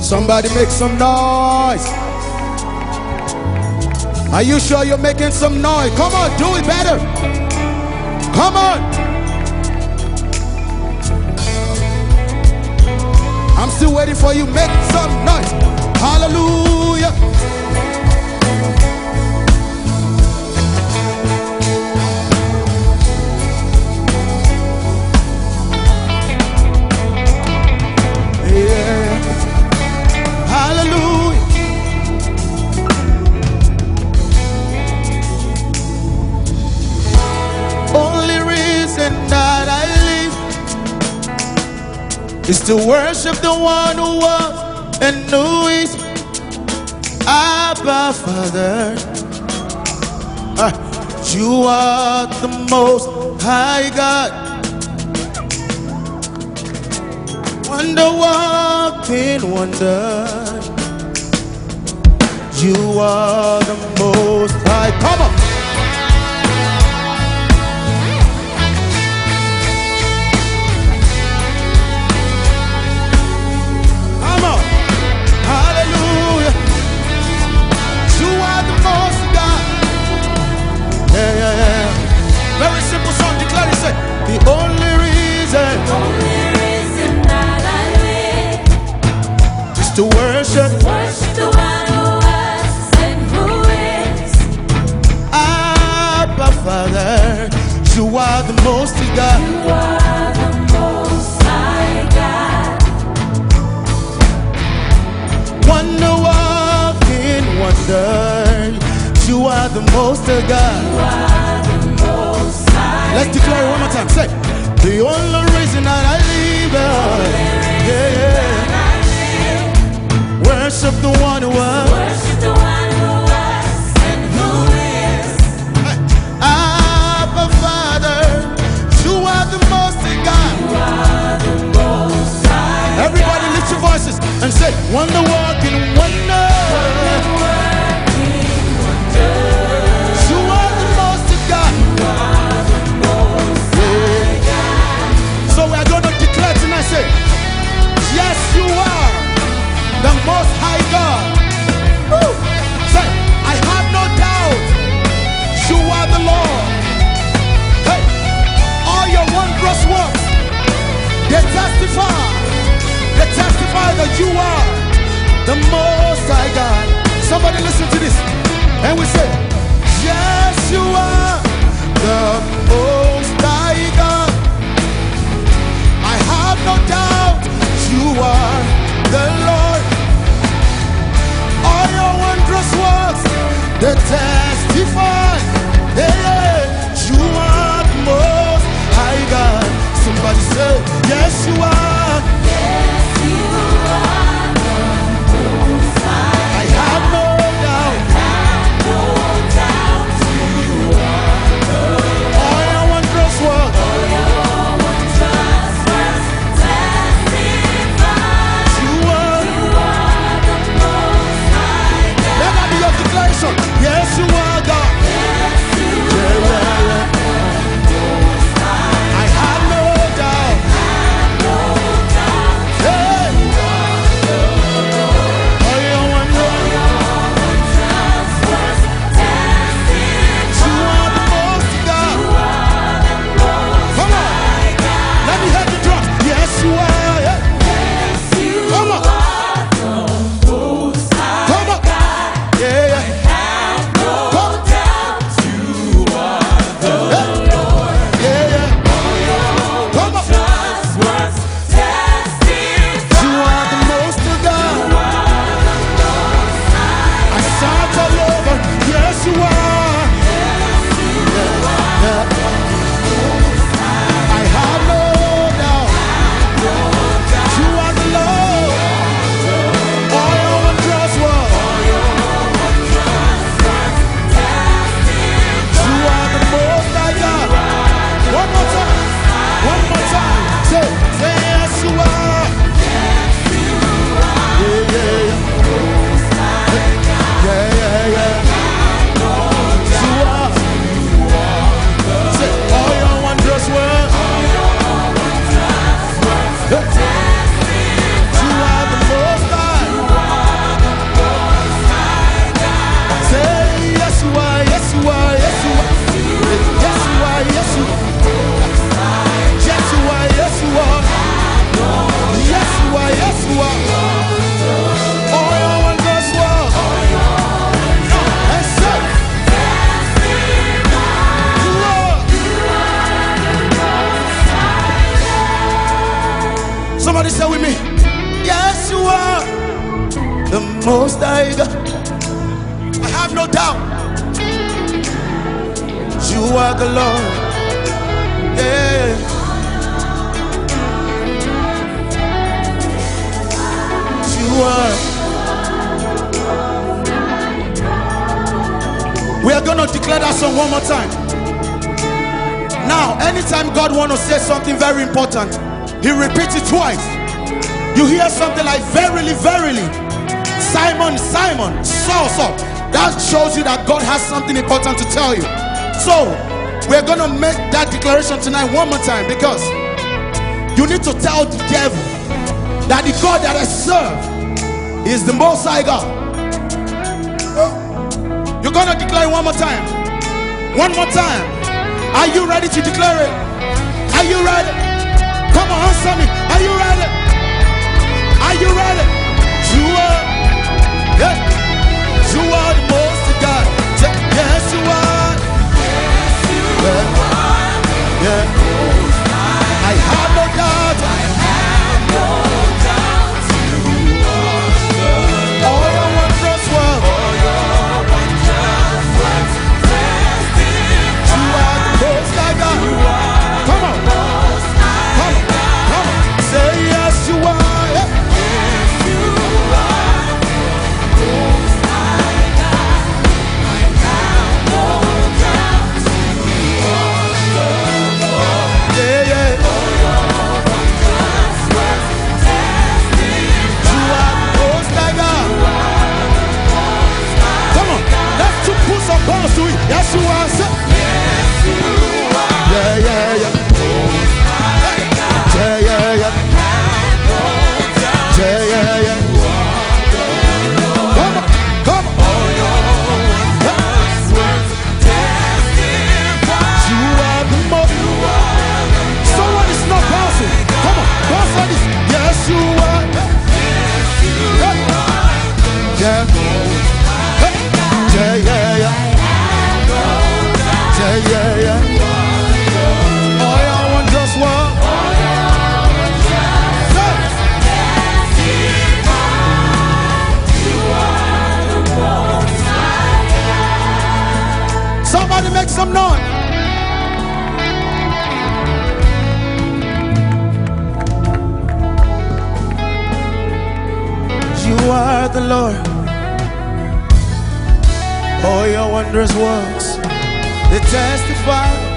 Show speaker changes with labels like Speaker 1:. Speaker 1: Somebody make some noise. Are you sure you're making some noise? Come on, do it better. Come on. I'm still waiting for you. Make some noise. Hallelujah. Yeah. Hallelujah. Only reason that I live is to worship the one who was and who is Abba Father. Ah, you are the most high God, wonder walking wonder. You are the most high. Come on. Come on. Hallelujah. You are the most God. Yeah, yeah, yeah. Very simple song. Declare it. Say, the only reason
Speaker 2: Only reason that I live
Speaker 1: is to worship
Speaker 2: worship the one who was and who is.
Speaker 1: Abba Father. You are the most God.
Speaker 2: You are the most high God,
Speaker 1: Wonder walking wonder. You are the most God.
Speaker 2: most high.
Speaker 1: Let's declare it one more time. Say, the only reason that I live. uh, Yeah, yeah. Worship the one who was.
Speaker 2: Worship the one who was and who is.
Speaker 1: Abba Father, you are the most high God.
Speaker 2: Most high.
Speaker 1: Everybody lift your voices and say, Wonder walking wonder. You are the most high God. So we are going to declare tonight, say, Yes, you are the most high God. Woo! Say, I have no doubt you are the Lord. Hey, all your wondrous works, they testify, they testify that you are the most high God. Somebody listen to this. And we say, Yes, you are the most high God. I have no doubt you are the Lord. All your wondrous works, they testify. Yeah, yeah. you are the most high God. Somebody say, Yes, you are. I have no doubt. All your Somebody say with me, Yes, you are the most I got. I have no doubt. You are the Lord. Yeah. You are. We are going to declare that song one more time. Now, anytime God wants to say something very important, He repeats it twice. You hear something like verily, verily, Simon, Simon, Saul, Saul. That shows you that God has something important to tell you. So, we're going to make that declaration tonight one more time because you need to tell the devil that the God that I serve is the Most High God. You're going to declare it one more time. One more time. Are you ready to declare it? Are you ready? Come on, answer me. Are you ready? Are you ready? You are. Yeah. You are the most of God. Say, Yes, you are. Yeah. yeah. I have no doubt. I have no doubt. All your wondrous works. You are the most high God. Come on. Come on. Come on. Say yes, you are. Yeah. Yeah, yeah. You are the most high God. Come on. Let's to put some balls to it. Yes, you are. Say- yeah, yeah, yeah. Yeah, yeah, yeah. Yeah, yeah, yeah. Come on, come on. You are the most. Someone is not bouncing. Come on, bounce like this. Yes, you are. Yeah. Yeah, yeah, yeah. Yeah, yeah, yeah. All I want just one. Say. Somebody make some noise. You are the Lord. All your wondrous works, they testify.